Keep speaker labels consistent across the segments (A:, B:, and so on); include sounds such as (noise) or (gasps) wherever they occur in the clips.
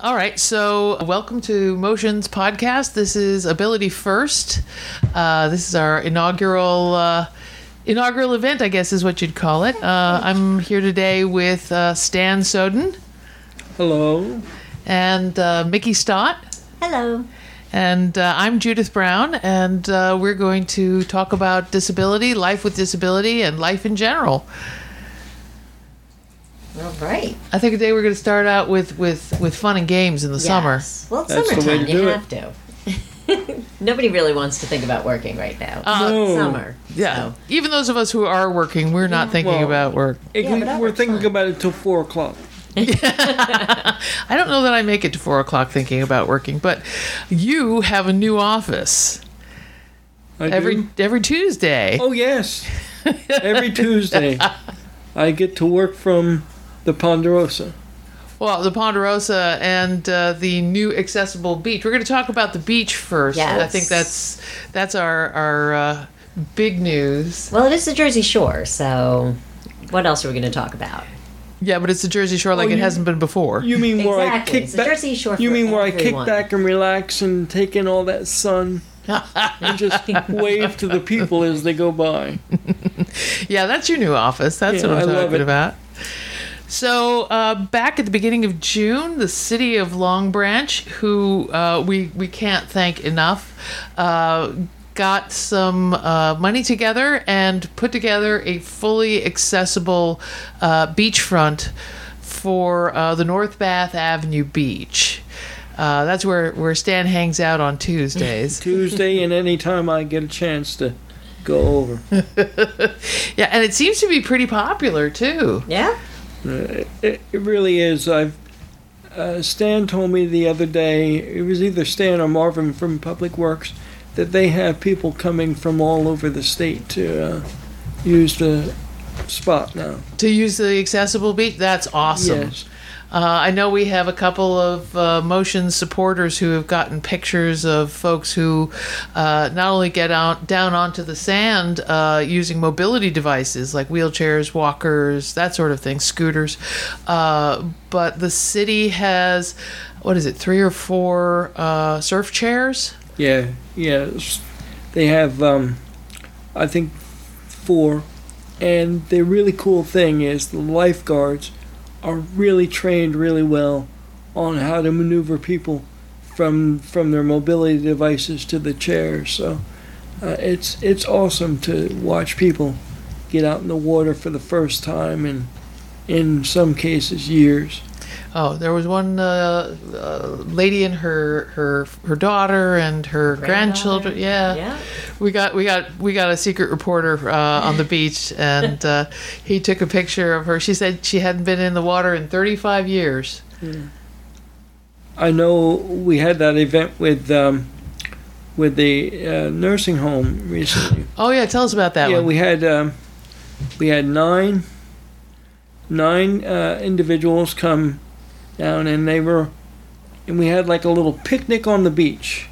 A: All right, so welcome to Motions Podcast. This is Ability First. Uh, this is our inaugural uh, inaugural event, I guess is what you'd call it. Uh, I'm here today with uh, Stan Soden
B: Hello.
A: and uh, Mickey Stott,
C: Hello.
A: and uh, I'm Judith Brown, and uh, we're going to talk about disability, life with disability, and life in general.
C: All right.
A: I think today we're going to start out with with with fun and games in the summer.
C: Yes. Well, it's
B: That's the way
C: summertime.
B: to
C: You
B: do it.
C: have to. (laughs) Nobody really wants to think about working right now.
A: Uh,
B: No.
C: Summer.
A: Yeah,
C: So.
A: even those of us who are working, we're not thinking
B: Well,
A: about work.
B: It-
C: Yeah, but that
B: we're
C: works
B: thinking
C: fine.
B: about it till four o'clock.
A: I don't know that I make it to four o'clock thinking about working, but you have a new office
B: I
A: every
B: do.
A: every Tuesday.
B: Oh yes. every Tuesday, I get to work from the Ponderosa.
A: Well, the Ponderosa and uh, the new accessible beach. We're going to talk about the beach first.
C: Yes.
A: I think that's that's our our uh, big news.
C: Well, it is the Jersey Shore, so what else are we going to talk about?
A: Yeah, but it's the Jersey Shore like
B: Oh,
A: it
B: you-
A: hasn't been before.
B: You mean where I
C: Exactly.
B: kick
C: It's the
B: back?
C: Jersey Shore
B: you
C: for
B: mean where I kick
C: everyone.
B: back and relax and take in all that sun
C: (laughs)
B: and just wave to the people as they go by?
A: Yeah, that's your new office. That's
B: Yeah,
A: what I'm
B: I love
A: talking
B: it.
A: about. So, uh, back at the beginning of June, the city of Long Branch, who uh, we, we can't thank enough, uh, got some uh, money together and put together a fully accessible uh, beachfront for uh, the North Bath Avenue Beach. Uh, that's where, where Stan hangs out on Tuesdays.
B: (laughs) Tuesday and any time I get a chance to go over.
A: yeah, and it seems to be pretty popular too.
C: Yeah?
B: It, it really is. I've uh, Stan told me the other day it was either Stan or Marvin from Public Works that they have people coming from all over the state to uh, use the spot now.
A: To use the accessible beach, that's awesome.
B: Yes,
A: Uh, I know we have a couple of uh, motion supporters who have gotten pictures of folks who uh, not only get out down onto the sand uh, using mobility devices like wheelchairs, walkers, that sort of thing, scooters, uh, but the city has what is it, three or four uh, surf chairs?
B: yeah, yes. They have, um, I think, four. And the really cool thing is the lifeguards are really trained really well on how to maneuver people from from their mobility devices to the chairs. So uh, it's it's awesome to watch people get out in the water for the first time and in some cases years.
A: Oh, there was one uh, uh, lady and her her her daughter and her grandchildren. Yeah.
C: Yeah.
A: we got we got we got a secret reporter uh, on the
B: (laughs)
A: beach, and uh, he took a picture of her. She said she hadn't been in the water in 35 years.
B: I know we had that event with um, with the uh, nursing home recently.
A: Oh yeah, tell us about that
B: yeah,
A: one.
B: we had um, we had nine nine uh, individuals come down, and they were and we had like a little picnic on the beach.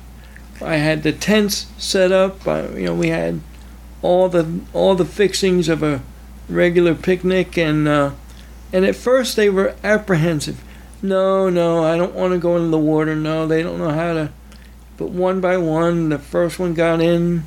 B: I had the tents set up. I, you know, we had all the all the fixings of a regular picnic, and uh, and at first they were apprehensive. No, no, I don't want to go into the water. No, they don't know how to. But one by one, the first one got in,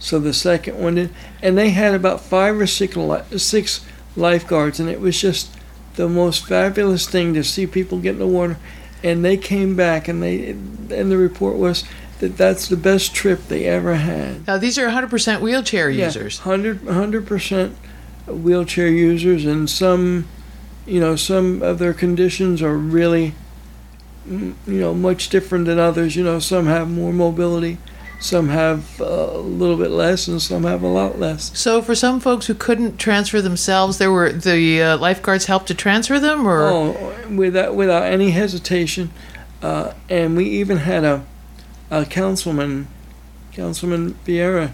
B: so the second one did, and they had about five or six li- six lifeguards, and it was just the most fabulous thing to see people get in the water. And they came back, and they and the report was that that's the best trip they ever had.
A: now these are 100% wheelchair
B: Yeah,
A: users.
B: 100 percent wheelchair users, and some, you know, some of their conditions are really, mm, you know, much different than others. You know, some have more mobility, some have uh, a little bit less, and some have a lot less.
A: So for some folks who couldn't transfer themselves, there were the uh, lifeguards helped to transfer them, or
B: Oh, without without any hesitation, uh, and we even had a, a councilman, Councilman Vieira.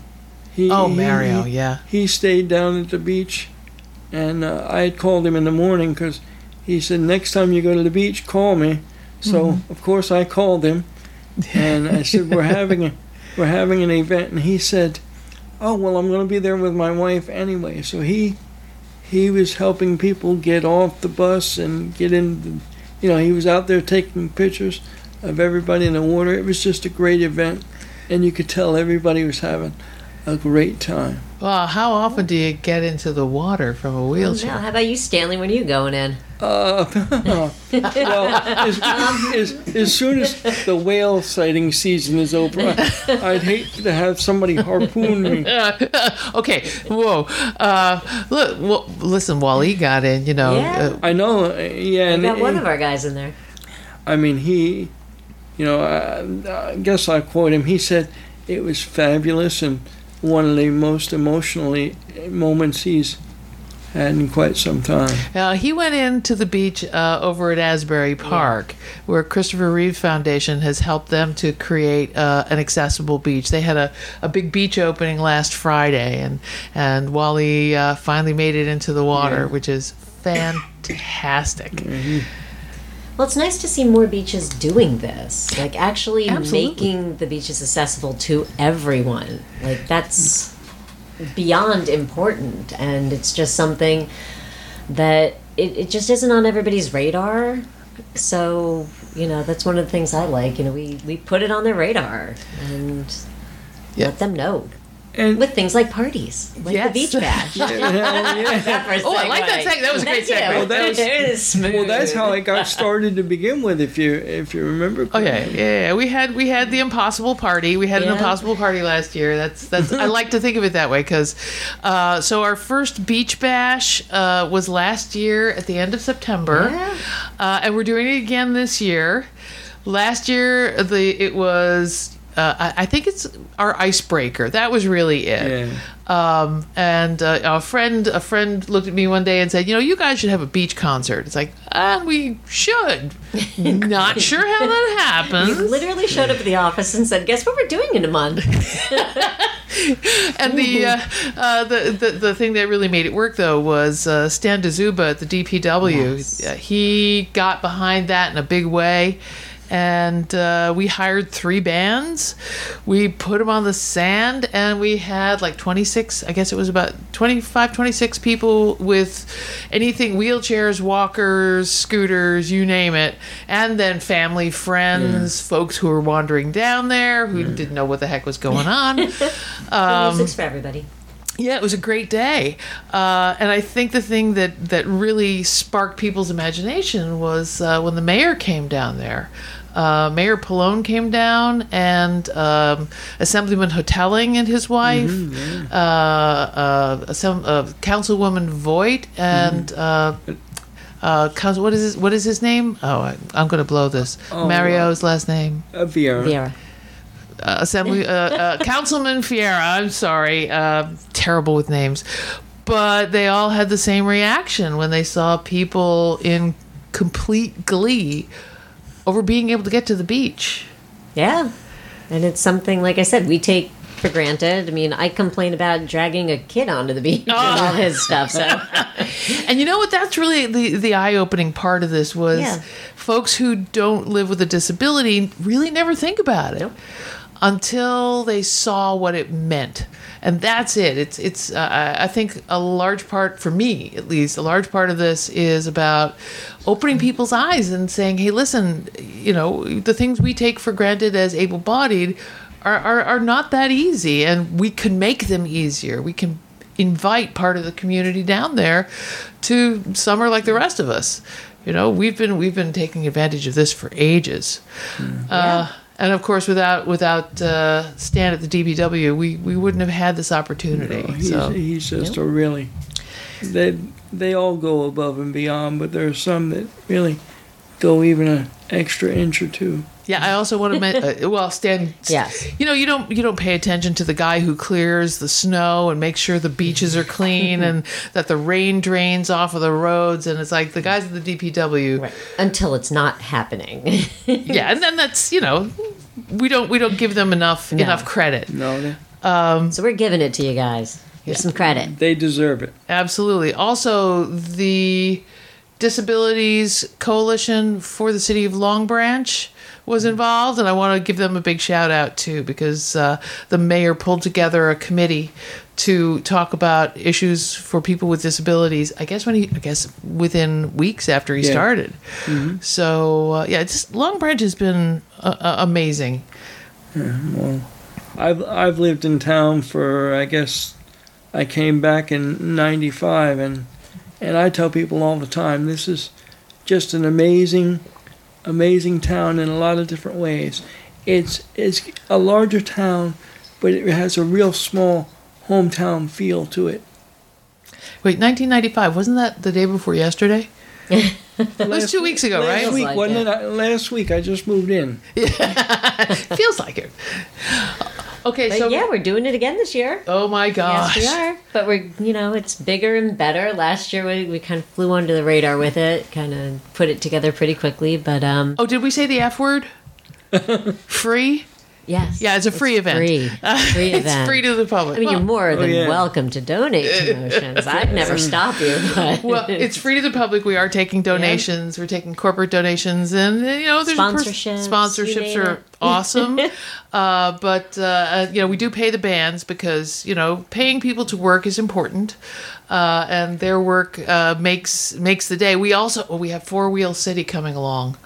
B: He,
A: Oh,
B: he-
A: Mario, yeah.
B: he stayed down at the beach, and uh, I had called him in the morning because he said next time you go to the beach, call me. So of course I called him, and I said we're having a, we're having an event, and he said, "Oh well, I'm going to be there with my wife anyway." So he he was helping people get off the bus and get in the, you know, he was out there taking pictures of everybody in the water. It was just a great event, and you could tell everybody was having a great time.
A: Well, how often do you get into the water from a
C: Well,
A: wheelchair?
C: now, how about you, Stanley? When are you going in?
B: Uh, (laughs) well, as, as, as soon as the whale sighting season is over, I, I'd hate to have somebody harpoon me.
A: (laughs) okay, whoa. Uh, look, well, listen, Wally got in, you know.
C: Yeah.
A: uh,
B: I know, uh, yeah.
C: We
B: and-
C: got one
B: and-
C: of our guys in there.
B: I mean, he, you know, I, I guess I quote him. He said it was fabulous and one of the most emotionally moments he's had in quite some time.
A: Now Uh, he went into the beach uh, over at Asbury Park, where Christopher Reeve Foundation has helped them to create uh, an accessible beach. They had a, a big beach opening last Friday, and and Wally uh, finally made it into the water, which is fantastic.
C: Well, it's nice to see more beaches doing this, like actually
A: Absolutely.
C: making the beaches accessible to everyone. Like that's beyond important, and it's just something that it, it just isn't on everybody's radar. So you know that's one of the things I like. You know, we we put it on their radar and
A: Yeah.
C: let them know
B: And
C: with things like parties, like
A: Yes.
C: the beach
A: (laughs)
C: bash. That (laughs) for a
A: Oh, I like that
C: segue.
A: segue. That was a great
C: Thank you.
A: segue.
B: Well, that was-
C: It is smooth.
B: well, that's how I got started to begin with. If you if you remember,
A: Oh
B: correctly.
A: yeah, yeah, yeah. We had we had the impossible party. We had an
C: Yeah.
A: impossible party last year. That's that's. I like to think of it that way because, uh, so our first beach bash uh, was last year at the end of September,
C: Yeah.
A: uh, and we're doing it again this year. Last year the it was. Uh, I, I think it's our icebreaker. That was really it.
B: Yeah.
A: Um, and uh, a friend, a friend looked at me one day and said, "You know, you guys should have a beach concert." It's like, ah, we should. Not sure how that happens.
C: literally showed up at the office and said, "Guess what we're doing in a month?"
A: and the, uh, uh, the the the thing that really made it work though was uh, Stan DeZuba at the DPW.
C: Yes.
A: Uh, He got behind that in a big way. And uh, we hired three bands. We put them on the sand, and we had like 26, I guess it was about 25, 26 people with anything wheelchairs, walkers, scooters, you name it. And then family, friends, folks who were wandering down there who didn't know what the heck was going on. Um,
C: Music's for everybody.
A: Yeah, it was a great day, uh, and I think the thing that that really sparked people's imagination was uh, when the mayor came down there. Uh, mayor Pallone came down, and um, Assemblyman Hotelling and his wife,
B: Mm-hmm,
A: uh, uh, some uh, Councilwoman Voigt, and
B: Mm-hmm.
A: uh, uh, Council, what is his, what is his name? Oh, I, I'm going to blow this.
B: Oh,
A: Mario's last name
B: Uh, Vieira.
A: uh, Assembly uh, uh, Councilman Fiera. I'm sorry, uh, terrible with names, but they all had the same reaction when they saw people in complete glee over being able to get to the beach.
C: Yeah, and it's something like I said we take for granted. I mean, I complain about dragging a kid onto the beach and all
A: Oh.
C: his stuff.
A: (laughs)
C: So
A: And you know what? That's really the the eye opening part of this was
C: Yeah.
A: folks who don't live with a disability really never think about it until they saw what it meant. And that's it. It's it's. Uh, I- I think a large part for me, at least, a large part of this is about opening people's eyes and saying, "Hey, listen, you know, the things we take for granted as able-bodied are are, are not that easy, and we can make them easier. We can invite part of the community down there to summer like the rest of us. You know, we've been we've been taking advantage of this for ages,
B: Hmm.
A: uh, and of course, without without uh, Stan at the DBW, we we wouldn't have had this opportunity.
B: Oh, he's,
A: so
B: he's just a really they they all go above and beyond, but there are some that really go even an extra inch or two.
A: yeah, I also want to
B: (laughs)
A: mention. Uh, well, Stan,
C: Yes.
A: you know you don't you don't pay attention to the guy who clears the snow and makes sure the beaches are
B: (laughs)
A: clean and that the rain drains off of the roads, and it's like the guys at the DPW.
C: right. until it's not happening.
A: yeah and then that's you know we don't we don't give them enough
C: No.
A: enough credit
B: No, they,
C: so we're giving it to you guys. Here's some credit.
B: they deserve it.
A: absolutely also the Disabilities Coalition for the City of Long Branch was involved, and I want to give them a big shout out too because uh, the mayor pulled together a committee to talk about issues for people with disabilities. I guess when he, I guess within weeks after he
B: Yeah.
A: started. So uh, yeah, it's Long Branch has been uh, uh, amazing.
B: I've I've lived in town for I guess I came back in '95 and and I tell people all the time this is just an amazing amazing town in a lot of different ways. It's it's a larger town, but it has a real small hometown feel to it.
A: Wait, 1995 wasn't that the day before
C: (laughs)
A: yesterday? it was two weeks ago,
B: Last
A: right?
B: week,
C: like
B: wasn't
C: it.
B: it? I- Last week I just moved in.
A: Feels like it. Okay,
C: But
A: so
C: yeah, we're doing it again this year.
A: oh my gosh,
C: Yes, we are. But we're, you know, it's bigger and better. Last year we, we kind of flew under the radar with it, kind of put it together pretty quickly. But um,
A: Oh, did we say the F
C: (laughs)
A: word? free?
C: yes.
A: Yeah, it's a free event.
C: Free. Free
A: (laughs)
C: event.
A: It's free to the public.
C: I mean, you're
A: well,
C: more than
B: Oh, yeah.
C: welcome to donate to Motions.
A: (laughs)
C: I'd never stop you, (laughs) but
A: well, it's free to the public. We are taking donations. We're taking corporate donations, and you know, there's a pers-
C: Sponsorships, you
A: sponsorships
C: name
A: are
C: it. (laughs)
A: awesome. uh, but uh, uh, you know, we do pay the bands because you know, paying people to work is important, uh, and their work uh, makes makes the day. We also oh, we have Four Wheel City coming along.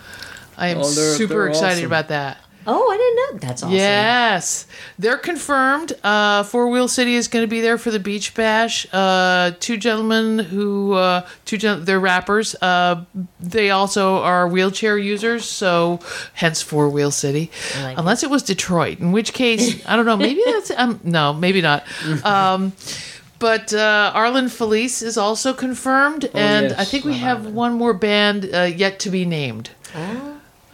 A: I am
B: Oh, they're-
A: super
B: they're
A: excited
B: awesome.
A: about that.
C: oh, I didn't know. That's awesome.
A: Yes, they're confirmed. Uh, Four Wheel City is going to be there for the Beach Bash. Uh, two gentlemen who, uh, two gen- they're rappers. Uh, they also are wheelchair users, so hence Four Wheel City.
C: I like
A: Unless it was Detroit, in which case I don't know. Maybe that's um, no, maybe
C: (laughs)
A: not. Um, but uh, Arlen Felice is also confirmed, and
B: yes.
A: I think we have one more band uh, yet to be named.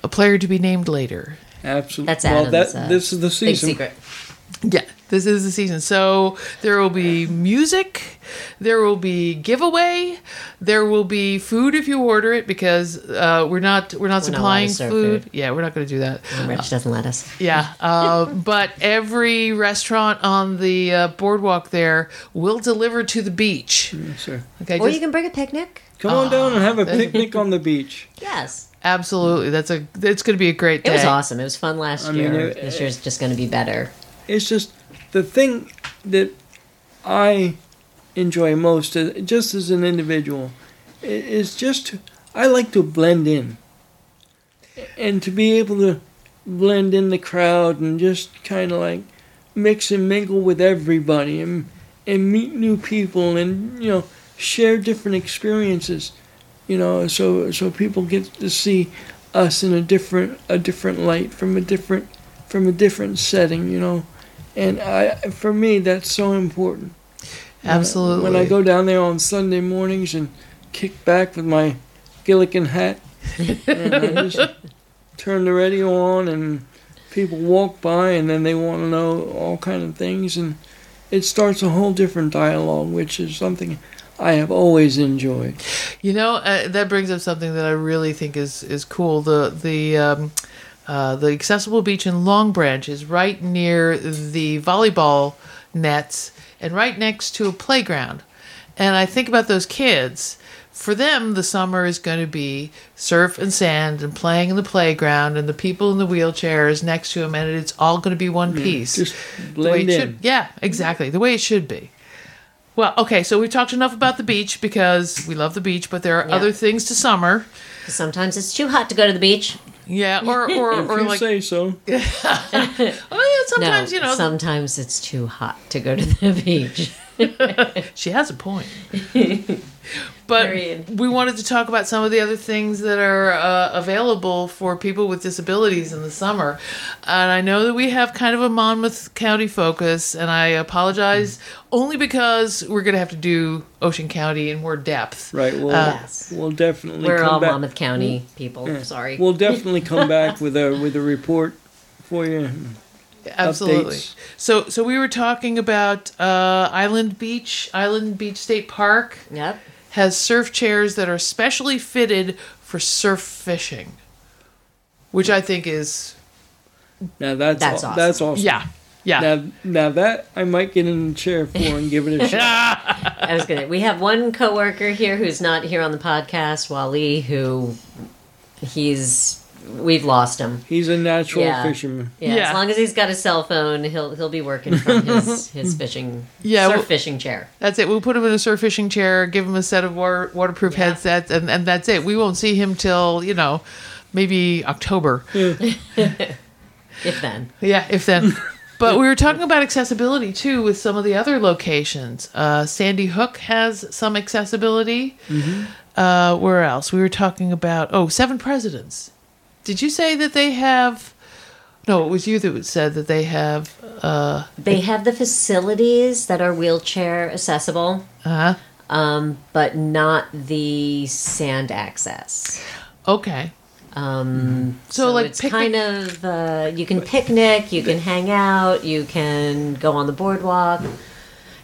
A: A player to be named later.
B: Absolutely.
C: Ah, That's
B: well,
C: Adam's.
B: that
C: uh,
B: this is the
C: big
B: season.
C: secret.
A: Yeah, this is the season. So there will be music, there will be giveaway, there will be food if you order it because uh, we're not we're not
C: We're not allowed to
A: supplying
C: serve
A: food.
C: food.
A: Yeah, we're not going to do that.
B: Oh.
C: Rich doesn't let us.
A: Yeah, uh, but every restaurant on the uh, boardwalk there will deliver to the beach.
B: Yes, sir.
A: Okay,
C: Or
A: just-
C: you can bring a picnic.
B: Come on down and have a
C: Oh.
B: picnic on the beach.
C: Yes.
A: absolutely. That's a that's going to be a great day.
C: It was awesome. It was fun last
B: I mean,
C: year.
B: it-
C: this year's just going to be better.
B: it's just the thing that I enjoy most, uh, just as an individual, i- is just to- I like to blend in, and to be able to blend in the crowd and just kind of like mix and mingle with everybody and and meet new people and you know share different experiences, you know, so so people get to see us in a different a different light from a different from a different setting, you know. And I, for me, that's so important.
A: Absolutely.
B: When I go down there on Sunday mornings and kick back with my Gillikin hat, and I just
A: (laughs)
B: turn the radio on, and people walk by, and then they want to know all kind of things, and it starts a whole different dialogue, which is something I have always enjoyed.
A: You know, uh, that brings up something that I really think is is cool. The the um, uh, the accessible beach in Long Branch is right near the volleyball nets and right next to a playground. And I think about those kids. For them, the summer is going to be surf and sand and playing in the playground and the people in the wheelchairs next to them, and it's all going to be one piece.
B: Just
A: The way it
B: blend in.
A: should- yeah, exactly. The way it should be. Well, okay, so we've talked enough about the beach because we love the beach, but there are
C: Yeah.
A: other things to summer.
C: 'Cause Sometimes it's too hot to go to the beach.
A: Yeah,
B: (laughs)
A: or or,
B: If
A: or
B: you
A: like
B: say so.
A: oh, yeah,
C: No,
A: sometimes you know
C: sometimes it's too hot to go to the (laughs) beach.
A: she has a point. But
C: Period.
A: we wanted to talk about some of the other things that are uh, available for people with disabilities in the summer. And I know that we have kind of a Monmouth County focus, and I
B: Mm.
A: apologize only because we're going to have to do Ocean County in more depth.
B: Right. Well,
A: Uh,
C: Yes.
B: we'll definitely
C: We're
B: come
C: all
B: back. Mm.
C: Monmouth County people. Sorry.
B: We'll
A: (laughs)
B: definitely come back with a with a report for you.
A: absolutely
B: updates.
A: so so we were talking about uh, island beach island beach state park
C: yep.
A: has surf chairs that are specially fitted for surf fishing which i think is
B: Now that's
C: That's
B: aw-
C: awesome.
B: that's awesome.
A: yeah Yeah.
B: Now, now that I might get in the chair for and give
A: (laughs)
B: it a shot.
C: I was gonna. We have one coworker here who's not here on the podcast, Wally, who he's we've lost him.
B: He's a natural
C: Yeah.
B: fisherman.
C: Yeah,
A: Yeah.
C: as long as he's got a cell phone, he'll he'll be working (laughs) from his his fishing
A: Yeah,
C: surf
A: well-
C: fishing chair.
A: That's it. We'll put him in a surf fishing chair, give him a set of water, waterproof
C: Yeah.
A: headsets, and, and that's it. We won't see him till, you know, maybe October.
C: If then,
A: Yeah, if then. but we were talking about accessibility too with some of the other locations. Uh, Sandy Hook has some accessibility. Uh, where else? We were talking about, oh, Seven Presidents. Did you say that they have. No, it was you that said that they have. Uh,
C: they have the facilities that are wheelchair accessible,
A: uh,
C: um, but not the sand access.
A: okay.
B: Mm-hmm.
C: Um,
A: So, like,
C: it's
A: picnic-
C: kind of uh, you can picnic, you can hang out, you can go on the boardwalk,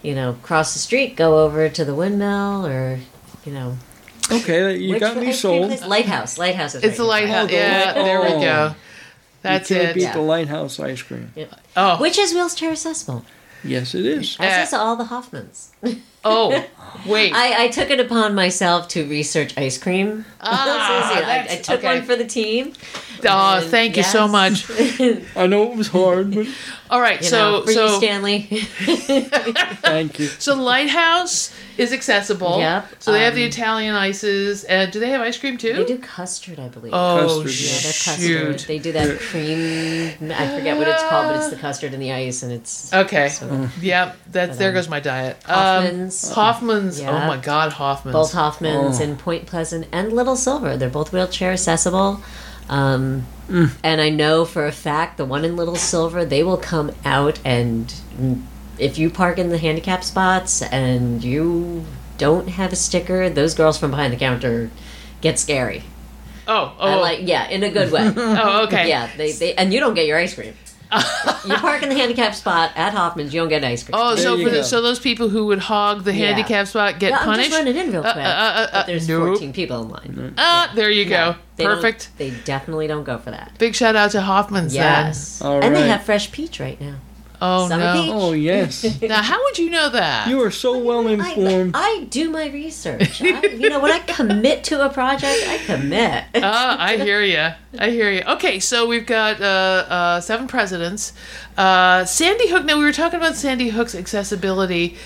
C: you know, cross the street, go over to the windmill, or you know,
B: Okay, you
C: which
B: got
C: ice
B: me
C: cream
B: sold.
C: place? Lighthouse, lighthouse. Is
A: It's
C: right
A: the lighthouse.
B: the
A: yeah,
B: light-
A: there we
B: oh.
A: go. That's
B: you can't
A: it.
B: beat
C: Yeah.
B: the lighthouse ice cream.
C: nearby.
A: Oh.
C: Which is wheelchair accessible.
B: Yes, it is.
A: Yeah.
C: As is all the Hoffmans. (laughs)
A: Oh, wait.
C: I, I took it upon myself to research ice cream.
A: Ah,
C: So, you know, I- I,
A: that's-
C: took
A: okay.
C: one for the team.
A: Aw,
C: and
A: thank you so
C: yes. (laughs)
A: much.
B: I know it was
A: (laughs)
B: hard, but
A: All right,
C: You
A: so
C: know, for you,
A: so (laughs)
C: Stanley.
B: thank you.
A: so the lighthouse is accessible.
C: Yep,
A: So they have the
C: um,
A: Italian ices, and do they have ice cream too?
C: they do custard, I believe.
A: Oh
B: Custard,
C: Yeah, they're
A: shoot. Uh.
C: custard. They do that cream. I forget what it's called, but it's the custard and the ice, and it's
A: Okay. Mm.
C: So-
A: Yep. That's there
C: um,
A: goes my diet. Um,
C: Hoffman's.
A: Hoffman's. Oh
C: Yeah.
A: my God, Hoffman's.
C: both Hoffman's
A: Mm.
B: Oh.
C: and Point Pleasant and Little Silver. They're both wheelchair accessible. Um,
A: Mm.
C: And I know for a fact the one in Little Silver, they will come out and mm, if you park in the handicap spots and you don't have a sticker, those girls from behind the counter get scary.
A: oh. Oh.
C: I like, yeah, in a good way.
A: oh. Okay.
C: Yeah, they, they and you don't get your ice cream. you park in the handicap spot at Hoffman's, you don't get ice cream.
A: (laughs) Oh,
B: There
A: so
B: you
A: for
B: go.
A: the, so those people who would hog the
C: Yeah.
A: handicap spot get
C: Yeah, I'm
A: punished.
C: just running in real
A: Uh,
C: quick.
A: uh, uh,
C: but there's
A: nope.
C: 14 people in line.
A: ah, there you
C: Yeah,
A: go.
C: they don't-
A: Perfect.
C: They definitely don't go for that.
A: Big shout out to Hoffman's. then.
C: Yes.
B: All
C: And they
B: right.
C: have fresh peach right now.
A: Oh
C: Summer
A: no.
C: peach.
B: Oh yes,
A: Now, how would you know that?
B: you are so well informed.
C: I, I do my research. I, you know, when I commit to a project, I
A: (laughs)
C: commit.
A: Ah, I hear you. I hear you. Okay, so we've got uh, uh, seven presidents. Uh, Sandy Hook. Now we were talking about Sandy Hook's accessibility,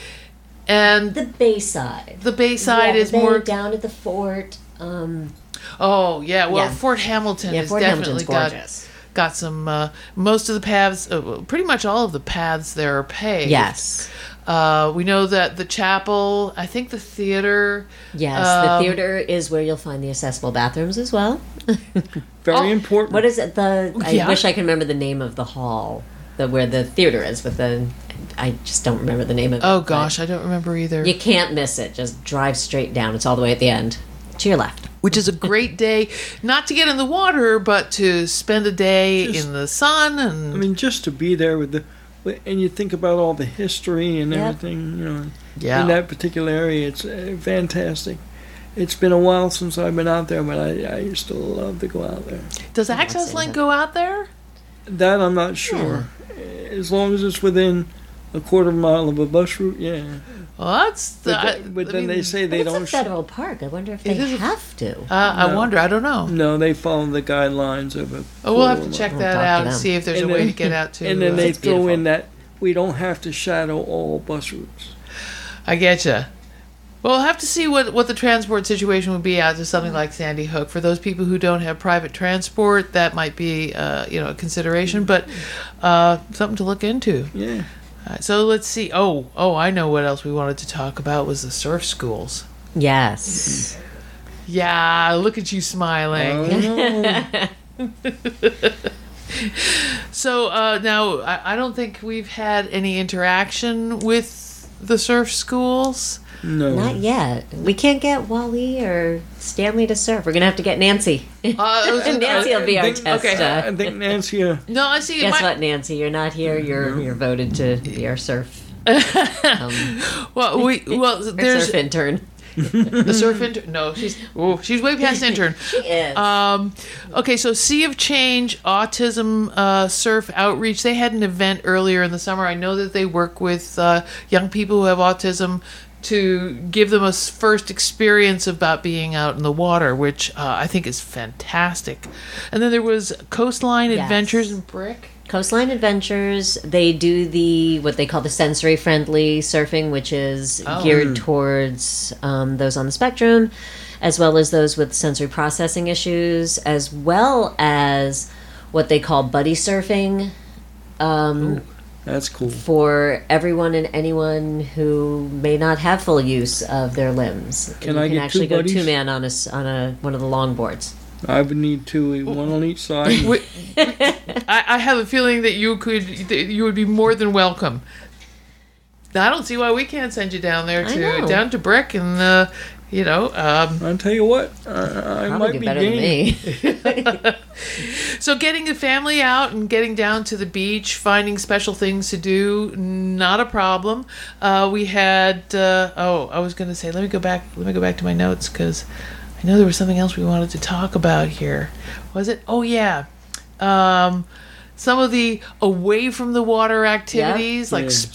A: and the,
C: the Bayside.
A: Bayside
C: Yeah,
A: is
C: they
A: more.
C: down at the fort. Um,
A: Oh yeah, well
C: Yeah.
A: Fort Hamilton
C: yeah,
A: has
C: Fort
A: definitely
C: Hamilton's
A: got
C: gorgeous.
A: got some. Uh, most of the paths, uh, well, pretty much all of the paths there are paved.
C: Yes.
A: Uh, we know that the chapel. I think the theater.
C: Yes,
A: Um,
C: the theater is where you'll find the accessible bathrooms as well.
B: Very
A: Oh,
B: important.
C: What is it? The I
A: Yeah.
C: wish I could remember the name of the hall, the where the theater is, but the I just don't remember the name of it.
A: Oh
C: but
A: gosh, I don't remember either.
C: you can't miss it. Just drive straight down. It's all the way at the end to your left.
A: which is a great day not to get in the water but to spend a day
B: Just-
A: in the sun and
B: I mean, just to be there with the, and you think about all the history and
C: Yeah.
B: everything, you know,
A: yeah
B: in that particular area, it's uh, fantastic. It's been a while since I've been out there, but I, I still love to go out there.
A: does
C: I've
A: access
C: seen
A: link
C: that.
A: go out there
B: That I'm not sure. Eh, As long as it's within a quarter mile of a bus route, yeah.
A: well that's the,
B: But,
A: I-
B: th- but
A: I
B: then they
A: mean,
B: say
C: But
B: they
C: it's
B: don't.
C: a
B: sh-
C: federal park. I wonder if they
A: It is a-
C: have to.
A: uh, i
B: No.
A: wonder i don't know
B: no, they follow the guidelines of a.
A: oh, we'll have to
B: quarter mile.
A: check
C: We'll
A: that
C: talk to
A: out and
C: them.
A: see if there's
B: And
A: a way
B: then-
A: to get
B: (laughs)
A: out to
B: And then
A: uh,
B: they
C: It's
B: throw
C: beautiful.
B: in that we don't have to shadow all bus routes.
A: uh, i get you well, we'll have to see what, what the transport situation would be out to something like Sandy Hook. For those people who don't have private transport, that might be uh, you know a consideration, but uh, something to look into.
B: Yeah.
A: All right, Uh, so let's see. Oh, oh, I know what else we wanted to talk about was the surf schools.
C: Yes.
A: Yeah, look at you smiling. (laughs)
B: Oh,
A: So uh, now I, I don't think we've had any interaction with the surf schools.
B: no.
C: Not yet. We can't get Wally or Stanley to surf. We're gonna have to get Nancy.
A: Uh, it was-
C: Nancy will be our
B: think-
C: test.
A: okay.
C: uh,
B: I think Nancy. Uh,
A: no, I see.
C: (laughs) Guess
A: my-
C: what, Nancy? You're not here. You're you're voted to be our surf
A: (laughs) Well, we well
C: our
A: there's
C: surf intern.
A: the surf intern. No, she's oh, she's way (laughs) past intern.
C: is.
A: Um, okay, so Sea of Change Autism uh, Surf Outreach. They had an event earlier in the summer. I know that they work with uh, young people who have autism to give them a s- first experience about being out in the water, which uh, I think is fantastic. And then there was Coastline
C: Yes.
A: Adventures in Brick.
C: Coastline Adventures, they do the what they call the sensory friendly surfing, which is
A: Oh.
C: geared towards um, those on the spectrum, as well as those with sensory processing issues, as well as what they call buddy surfing um,
B: That's cool.
C: for everyone and anyone who may not have full use of their limbs.
B: Can
C: you
B: I
C: can
B: get two
C: actually go
B: buddies?
C: two man on a s- on a one of the longboards.
B: I would need two, eh, one on each side.
A: Wh- (laughs) I, I have a feeling that you could that you would be more than welcome. I don't see why we can't send you down there
C: I
A: to
C: know.
A: down to Brick and uh, you know. Um,
B: I'll tell you what, I, I
C: Probably
B: might
C: do
B: be
C: better than
B: game.
C: me. (laughs)
A: so getting the family out and getting down to the beach, finding special things to do, not a problem. Uh, we had uh, oh, I was going to say let me go back let me go back to my notes because I know there was something else we wanted to talk about here. Was it? Oh yeah. Um, some of the away from the water activities like
B: Yeah,
A: spur.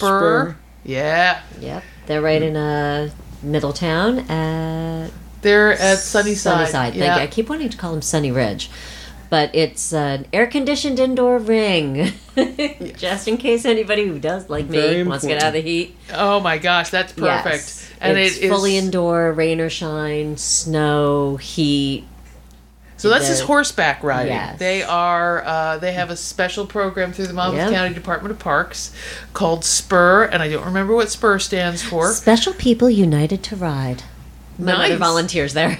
B: spur.
A: Yeah,
C: Yep, they're right in uh, Middletown at
A: they're at Sunnyside.
C: Sunnyside. Thank
A: Yeah.
C: you. I keep wanting to call him Sunny Ridge, but it's an air-conditioned indoor ring, (laughs) just in case anybody who does like me
B: Very
C: wants to get out of the heat.
A: Oh my gosh, that's perfect.
C: Yes.
A: And
C: it's
A: it is
C: fully indoor, rain or shine, snow, heat.
A: So that's his
C: the-
A: horseback riding.
C: Yes.
A: They are uh, they have a special program through the Monmouth
C: Yep.
A: County Department of Parks called Spur, and I don't remember what Spur stands for.
C: Special people united to ride. My mother
A: Nice. (laughs)
C: volunteers there.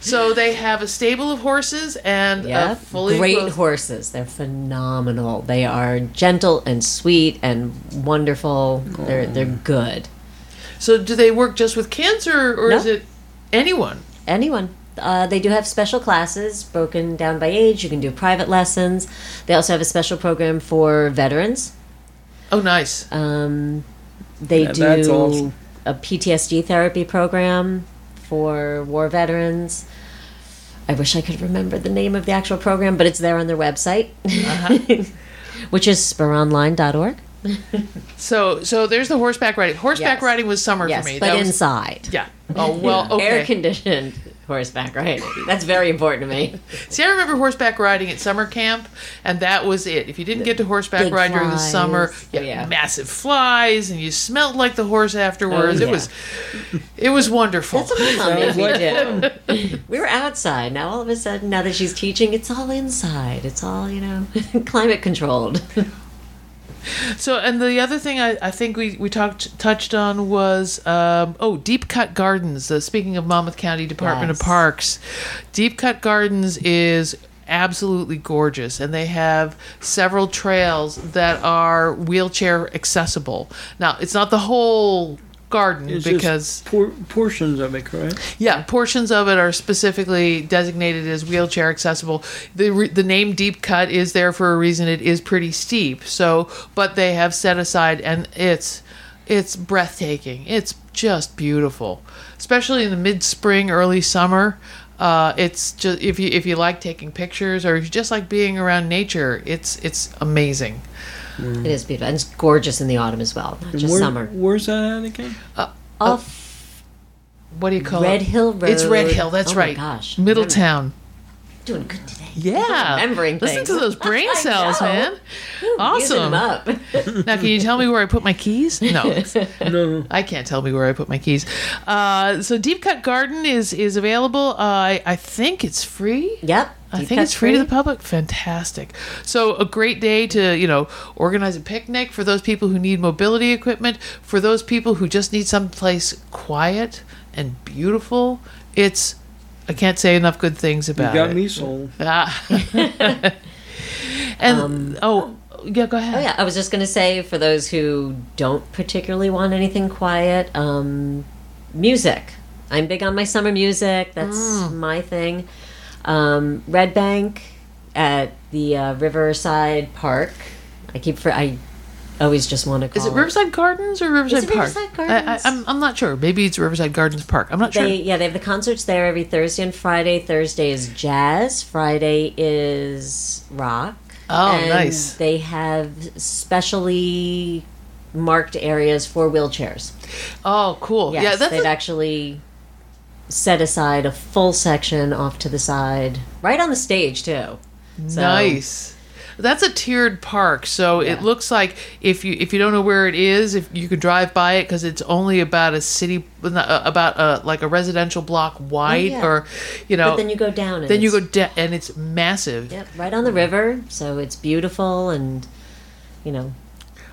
A: So they have a stable of horses and a
C: Yeah,
A: fully
C: great
A: enclosed-
C: horses. They're phenomenal. They are gentle and sweet and wonderful. They're
B: Mm.
C: they're good.
A: So do they work just with kids or, or
C: No.
A: is it anyone?
C: Anyone. Uh, they do have special classes broken down by age. You can do private lessons. They also have a special program for veterans.
A: Oh, nice.
C: Um, they
B: Yeah,
C: do
B: that's awesome.
C: a PTSD therapy program for war veterans. I wish I could remember the name of the actual program, but it's there on their website,
B: Uh-huh.
C: (laughs) which is spuronline.org.
A: So so there's the horseback riding. Horseback
C: Yes.
A: riding was summer
C: Yes,
A: for me.
C: but
A: That was-
C: inside.
A: yeah. Oh well. Okay.
C: (laughs) Air conditioned horseback riding. That's very important
A: (laughs)
C: to me.
A: See, I remember horseback riding at summer camp, and that was it. If you didn't get to horseback
C: Big
A: ride during the
C: flies,
A: summer, you had
C: yeah.
A: massive flies, and you smelled like the horse afterwards.
C: Oh,
A: It
C: yeah.
A: was, it was wonderful.
C: That's what my mom made
B: Sounds like
C: me do. (laughs) We were outside. Now all of a sudden, now that she's teaching, it's all inside. It's all you know, (laughs) climate controlled.
A: So, and the other thing I, I think we we talked touched on was um, oh, Deep Cut Gardens. Uh, speaking of Monmouth County Department of
C: Yes.
A: Parks, Deep Cut Gardens is absolutely gorgeous, and they have several trails that are wheelchair accessible. Now, it's not the whole garden
B: It's just
A: because
B: por- portions of it, correct?
A: yeah, portions of it are specifically designated as wheelchair accessible. The re- the name deep cut is there for a reason. It is pretty steep. So, but they have set aside and it's it's breathtaking. It's just beautiful. Especially in the mid-spring, early summer. Uh, it's just if you if you like taking pictures or if you just like being around nature, it's it's amazing.
C: It is beautiful and it's gorgeous in the autumn as well, not just
B: Where-
C: summer.
B: Where's that at again?
C: Off
A: What do you call
C: Red
A: it?
C: Hill Road.
A: It's Red Hill. That's
C: Oh my
A: right.
C: gosh.
A: Middletown.
C: doing good today.
A: Yeah,
C: remembering
A: Listen
C: things.
A: to those brain
C: (laughs) I
A: cells,
C: know.
A: man.
C: Using
A: Awesome.
C: them up.
A: Now, can you tell me where I put my keys? No,
B: No.
A: I can't tell me where I put my keys. Uh, so, Deep Cut Garden is is available. Uh, I I think it's free.
C: Yep.
A: I
C: Deep
A: think
C: cut
A: it's free, to the public. Fantastic. So, a great day to, you know, organize a picnic for those people who need mobility equipment, for those people who just need someplace quiet and beautiful. It's, I can't say enough good things
B: You
A: about
B: got
A: it.
B: me sold.
A: Ah. (laughs) and,
B: Um,
A: oh, yeah, go ahead.
C: Oh yeah, I was just gonna say for those who don't particularly want anything quiet, um, music. I'm big on my summer music. That's
A: Mm.
C: my thing. Um, Red Bank at the uh, Riverside Park. I keep for I always just want to call
A: Is it Riverside Gardens or Riverside
C: it
A: Park?
C: Riverside
A: I, I,
C: Gardens?
A: I'm, I'm not sure. Maybe it's Riverside Gardens Park. I'm not
C: They
A: sure.
C: yeah, they have the concerts there every Thursday and Friday. Thursday is jazz, Friday is rock.
A: Oh,
C: and
A: nice.
C: They have specially marked areas for wheelchairs.
A: Oh, cool.
C: Yes,
A: yeah, that's
C: they've
A: a-
C: actually set aside a full section off to the side, right on the stage too. So,
A: Nice. That's a tiered park, so it looks like if you if you don't know where it is, if you can drive by it because it's only about a city, uh, about a, like a residential block wide,
C: yeah.
A: or you know,
C: But then you go down. And
A: then you go
C: it's-
A: de- and it's massive.
C: Yep, right on the river, so it's beautiful and you
A: (laughs)
C: know,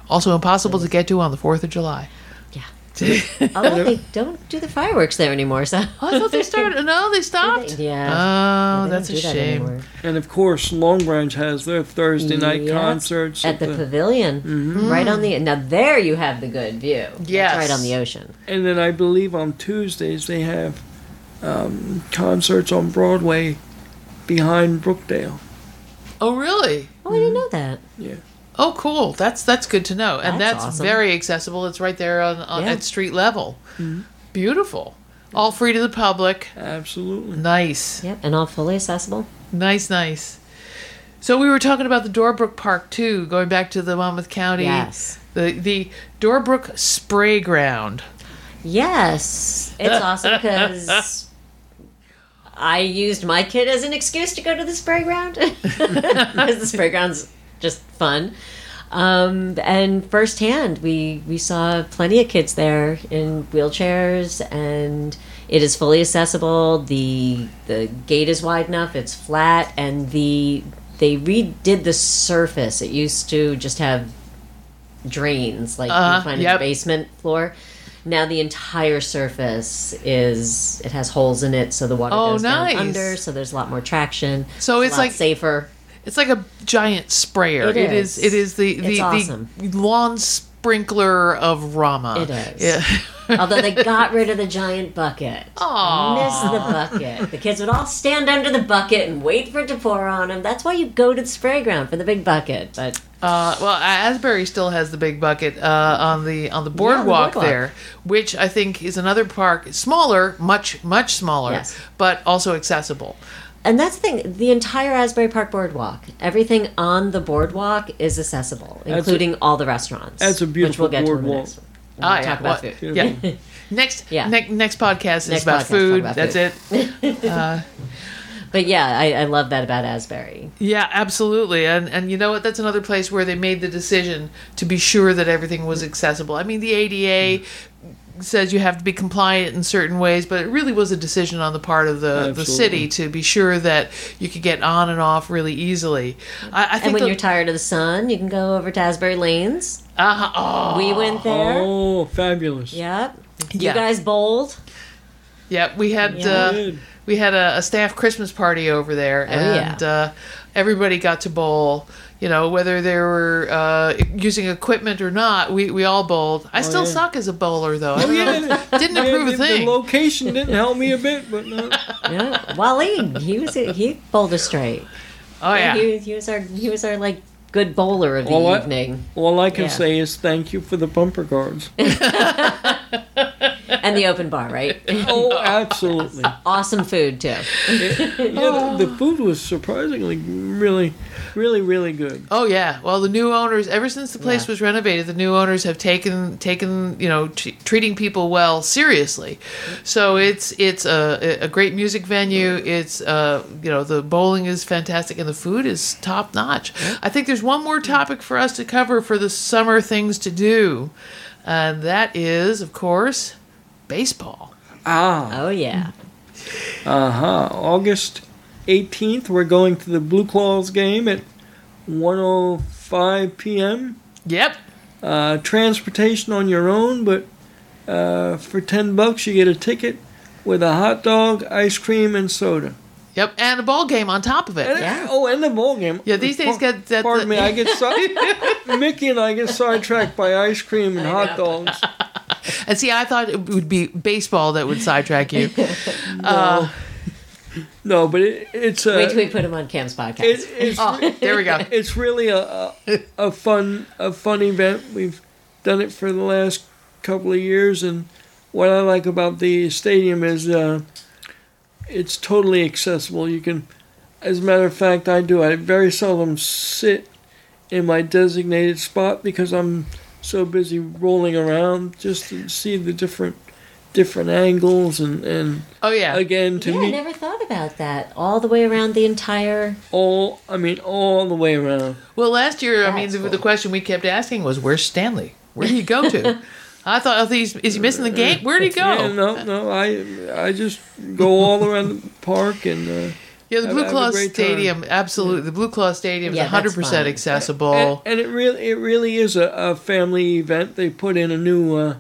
A: Also impossible to get to on the Fourth of July.
C: yeah.
A: (laughs) oh,
C: Although they don't do the fireworks there anymore, so
A: I thought they started. No, they stopped.
C: Yeah.
A: Oh,
C: (laughs) They don't
A: that's a
C: do that
A: shame.
C: anymore.
B: And of course, Long Branch has their Thursday night
C: Yeah.
B: concerts
C: at the, pavilion, right on the now. There you have the good view. That's
A: Mm-hmm. Yes.
C: right on the ocean.
B: and then I believe on Tuesdays they have um, concerts on Broadway behind Brookdale.
A: Oh, really?
C: Oh, I didn't
A: Mm-hmm.
C: know that.
B: Yeah.
A: Oh, cool. That's that's good to know, and
C: That's
A: that's,
C: awesome.
A: very accessible. It's right there on, on
C: Yeah. Mm-hmm.
A: at street level. Beautiful. All free to the public.
B: Absolutely.
A: Nice,
C: Yep, and all fully accessible.
A: nice, nice. So we were talking about the Dorbrook Park too. Going back to the Monmouth County,
C: Yes.
A: the the Dorbrook Spray Ground.
C: Yes,
A: (laughs)
C: it's awesome because. I used my kid as an excuse to go to the spray ground (laughs) because the spray ground's just fun. Um, and firsthand, we we saw plenty of kids there in wheelchairs, and it is fully accessible. the The gate is wide enough; it's flat, and the they redid the surface. It used to just have drains, like
A: Uh,
C: you find in
A: yep.
C: the basement floor. Now the entire surface is it has holes in it, so the water
A: Oh,
C: goes
A: nice.
C: down under, so there's a lot more traction.
A: So
C: a
A: it's
C: lot
A: like-
C: safer.
A: It's like a giant sprayer.
C: It
A: is.
C: is.
A: It is the the,
C: It's
A: the
C: awesome.
A: lawn sprinkler of Rama.
C: It is.
A: Yeah. (laughs)
C: Although they got rid of the giant bucket.
A: Aw.
C: Miss the bucket. The kids would all stand under the bucket and wait for it to pour on them. That's why you go to the spray ground for the big bucket. But
A: Uh, well, Asbury still has the big bucket uh, on the on the boardwalk,
C: boardwalk.
A: there, which I think is another park, smaller, much much smaller,
C: Yes.
A: but also accessible.
C: and that's the thing, the entire Asbury Park boardwalk, everything on the boardwalk is accessible,
B: a-
C: including all the restaurants.
B: that's a beautiful
C: which we'll get To in
B: boardwalk.
C: the next one. when we
A: Ah,
C: talk about
A: well,
C: food.
A: yeah.
C: (laughs)
A: Next,
C: Yeah.
A: ne- next podcast is
C: Next
A: about
C: podcast,
A: food.
C: talk about
A: That's
C: food.
A: it.
C: But yeah, I, I love that about Asbury.
A: Yeah, absolutely. And and you know what? That's another place where they made the decision to be sure that everything was accessible. I mean, the ADA says you have to be compliant in certain ways, but it really was a decision on the part of the, the
B: Absolutely.
A: city to be sure that you could get on and off really easily. I, I think
C: And when
A: the-
C: you're tired of the sun, you can go over to Asbury Lanes.
A: uh-huh, oh,
C: We went there.
B: Oh, fabulous.
C: Yep.
A: Yeah.
C: You guys bowled.
A: yeah, we had
C: Yeah.
A: uh, we had a, a staff Christmas party over there, and
C: Oh, yeah.
A: uh, everybody got to bowl. You know, whether they were uh, using equipment or not, we, we all bowled. I still
B: Oh, yeah.
A: suck as a bowler, though.
B: (laughs)
A: I don't know-
B: Oh,
C: (laughs)
B: Yeah,
A: didn't
B: yeah,
A: approve
B: the,
A: a thing.
B: The location didn't help me a bit, but no.
C: Yeah. (laughs) Waleed, he was he bowled us straight.
A: oh yeah,
C: He, was- he was our he was our like good bowler of the
B: Well, I-
C: evening
B: all I can
C: Yeah.
B: say is thank you for the
C: (laughs)
B: bumper guards.
C: and the open bar, right?
A: (laughs)
B: oh,
C: (laughs)
B: absolutely.
C: awesome food too.
B: Yeah, the, the food was surprisingly really, really, really good.
A: oh yeah. Well, the new owners, ever since the place
C: Yeah.
A: was renovated, the new owners have taken taken you know t- treating people well seriously. So it's it's a a great music venue. It's uh you know the bowling is fantastic and the food is top notch. I think there's one more topic for us to cover for the summer things to do, and that is of course baseball.
B: Ah.
C: Oh yeah.
B: Uh huh. August 18th, we're going to the Blue Claws game at 1:05 p.m.
A: Yep.
B: Uh, transportation on your own, but uh, for 10 bucks you get a ticket with a hot dog, ice cream, and soda.
A: Yep, and a ball game on top of it.
B: And-
C: Yeah.
B: Oh, and the bowl game.
A: Yeah, these days get- that-
B: Pardon
A: the-
B: me, I get
A: (laughs)
B: si- Mickey and I get sidetracked by ice cream and hot dogs.
A: And see, I thought it would be baseball that would sidetrack you.
B: Uh, No, but it, it's a.
C: Wait till we put him on Cam's
B: It,
C: podcast.
B: it's,
A: Oh, there we go.
B: it's really a, a a fun a fun event. We've done it for the last couple of years, and what I like about the stadium is uh, it's totally accessible. You can, as a matter of fact, I do. I very seldom sit in my designated spot because I'm so busy rolling around just to see the different different angles and and
A: Oh yeah.
B: again to
C: yeah, I
B: meet
C: never thought about that. All the way around the entire.
B: all I mean all the way around.
A: Well, last year, I mean,
C: That's
A: the,
C: cool.
A: the question we kept asking was, "Where's Stanley? Where did he go
C: (laughs)
A: to?" I thought, "Oh, he's, is he missing
C: Uh,
A: the game? Where did he go?"
B: Yeah, Uh, no, no. I I just go all around the park and uh,
A: Yeah, the
B: Have-
A: Blue
B: have a
A: Claw
B: great
A: Stadium, absolutely. The Blue Claw Stadium is
C: Yeah, that's
A: 100%
C: fine.
A: accessible.
B: and, and it really it really is a, a family event. They put in a new uh,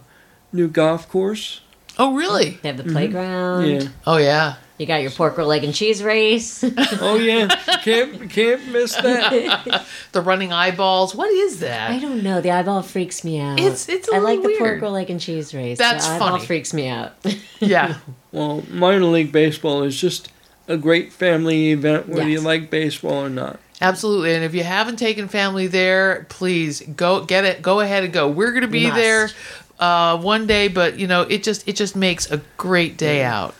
B: new golf course.
A: oh, really?
C: They have the playground.
B: Yeah.
A: Oh, yeah.
C: You got your pork roll, leg, and cheese race. (laughs)
B: Oh yeah. can't can't miss that.
A: The running eyeballs. What is that?
C: I don't know. The eyeball freaks me out.
A: It's- it's a
C: I like
A: little
C: the pork
A: weird.
C: roll, leg, and cheese race.
A: That's
C: the eyeball
A: funny.
C: freaks me out. (laughs)
A: Yeah.
B: Well, minor league baseball is just a great family event, whether you
C: Yes.
B: like baseball or not.
A: Absolutely, and if you haven't taken family there, please go get it. Go ahead and go. We're going to be
C: Must.
A: there uh, one day, but you know, it just it just makes a great day out.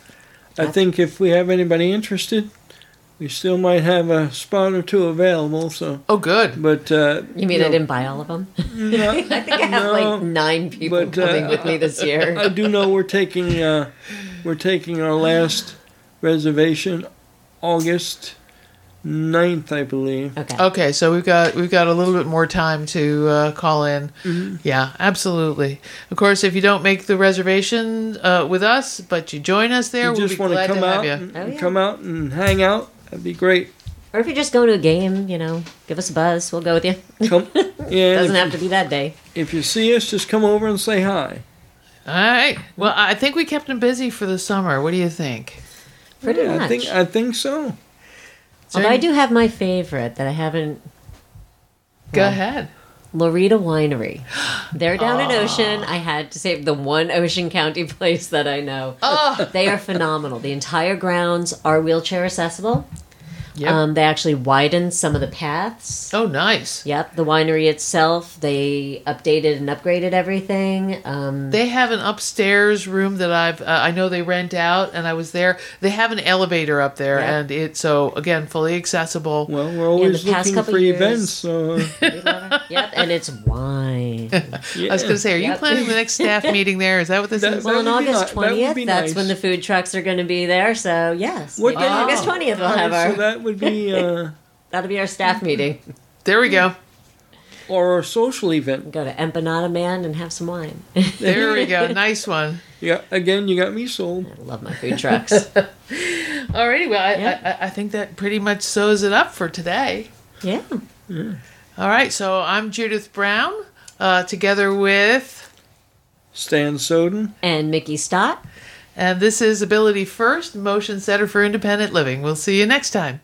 B: I think if we have anybody interested, we still might have a spot or two available. So,
A: Oh, good.
B: but uh,
C: You mean I
B: know,
C: didn't buy all of them? (laughs)
B: no-
C: I think I have
B: No,
C: like nine people
B: but, uh,
C: coming with me this year.
B: (laughs) I do know we're taking uh, we're taking our last reservation August 9th, I believe.
C: Okay.
A: Okay, so we've got we've got a little bit more time to uh, call in.
B: Mm-hmm.
A: Yeah, absolutely. Of course, if you don't make the reservation uh, with us, but you join us there,
B: you
A: we'll
B: just
A: be
B: want
A: glad
B: to come
A: to
B: out,
A: have you.
B: and,
C: Oh,
B: and
C: yeah.
B: come out and hang out. That'd be great.
C: Or if you're just going to a game, you know, give us a buzz. We'll go with you. (laughs)
B: Come, yeah.
C: Doesn't
B: if,
C: have to be that day.
B: if you see us, just come over and say hi.
A: All right. Well, I think we kept him busy for the summer. What do you think?
C: Pretty
B: Yeah,
C: much.
B: I think I think so.
C: Although
B: Um,
C: I do have my favorite that I haven't.
A: Go ahead.
C: Lorita Winery. They're down in
B: (gasps)
C: Ocean. I had to save the one Ocean County (laughs) place that I know. They are phenomenal. The entire grounds are wheelchair accessible.
A: Yep.
C: Um, they actually widened some of the paths.
A: oh, nice.
C: Yep, the winery itself, they updated and upgraded everything. Um,
A: They have an upstairs room that I've uh, I know they rent out, and I was there. They have an elevator up there,
C: Yeah.
A: and it's so again fully accessible.
B: Well, we're always
C: past
B: looking
C: couple
B: for
C: years- (laughs)
B: events. So uh,
C: yep, and it's
B: (laughs)
C: wine.
B: yeah.
A: I was going to say, are you
C: Yep.
A: planning the next
B: (laughs)
A: staff meeting there? Is that what this
B: That-
A: is?
C: well, on
B: would be
C: August
B: ni- that would
C: 20th,
B: be
C: that's
B: nice.
C: when the food trucks are going to be there. So, yes,
B: What
C: maybe
B: day-
C: August 20th we'll have
B: so
C: our,
B: that would be
C: (laughs)
B: uh,
C: that'll be our staff meeting. (laughs)
A: There we go.
B: our social event.
C: Go to Empanada Man and have some wine.
A: There we (laughs) go. Nice one.
B: Yeah, again, you got me sold.
C: I (laughs) love my food
B: (laughs)
C: trucks.
A: Alrighty. Well, I,
C: Yeah.
A: I, I think that pretty much sews it up for today.
C: yeah.
A: All right. So I'm Judith Brown, uh, together with.
B: Stan Soden.
C: And Mickey Stott.
A: And this is Ability First, Motion Center for Independent Living. We'll see you next time.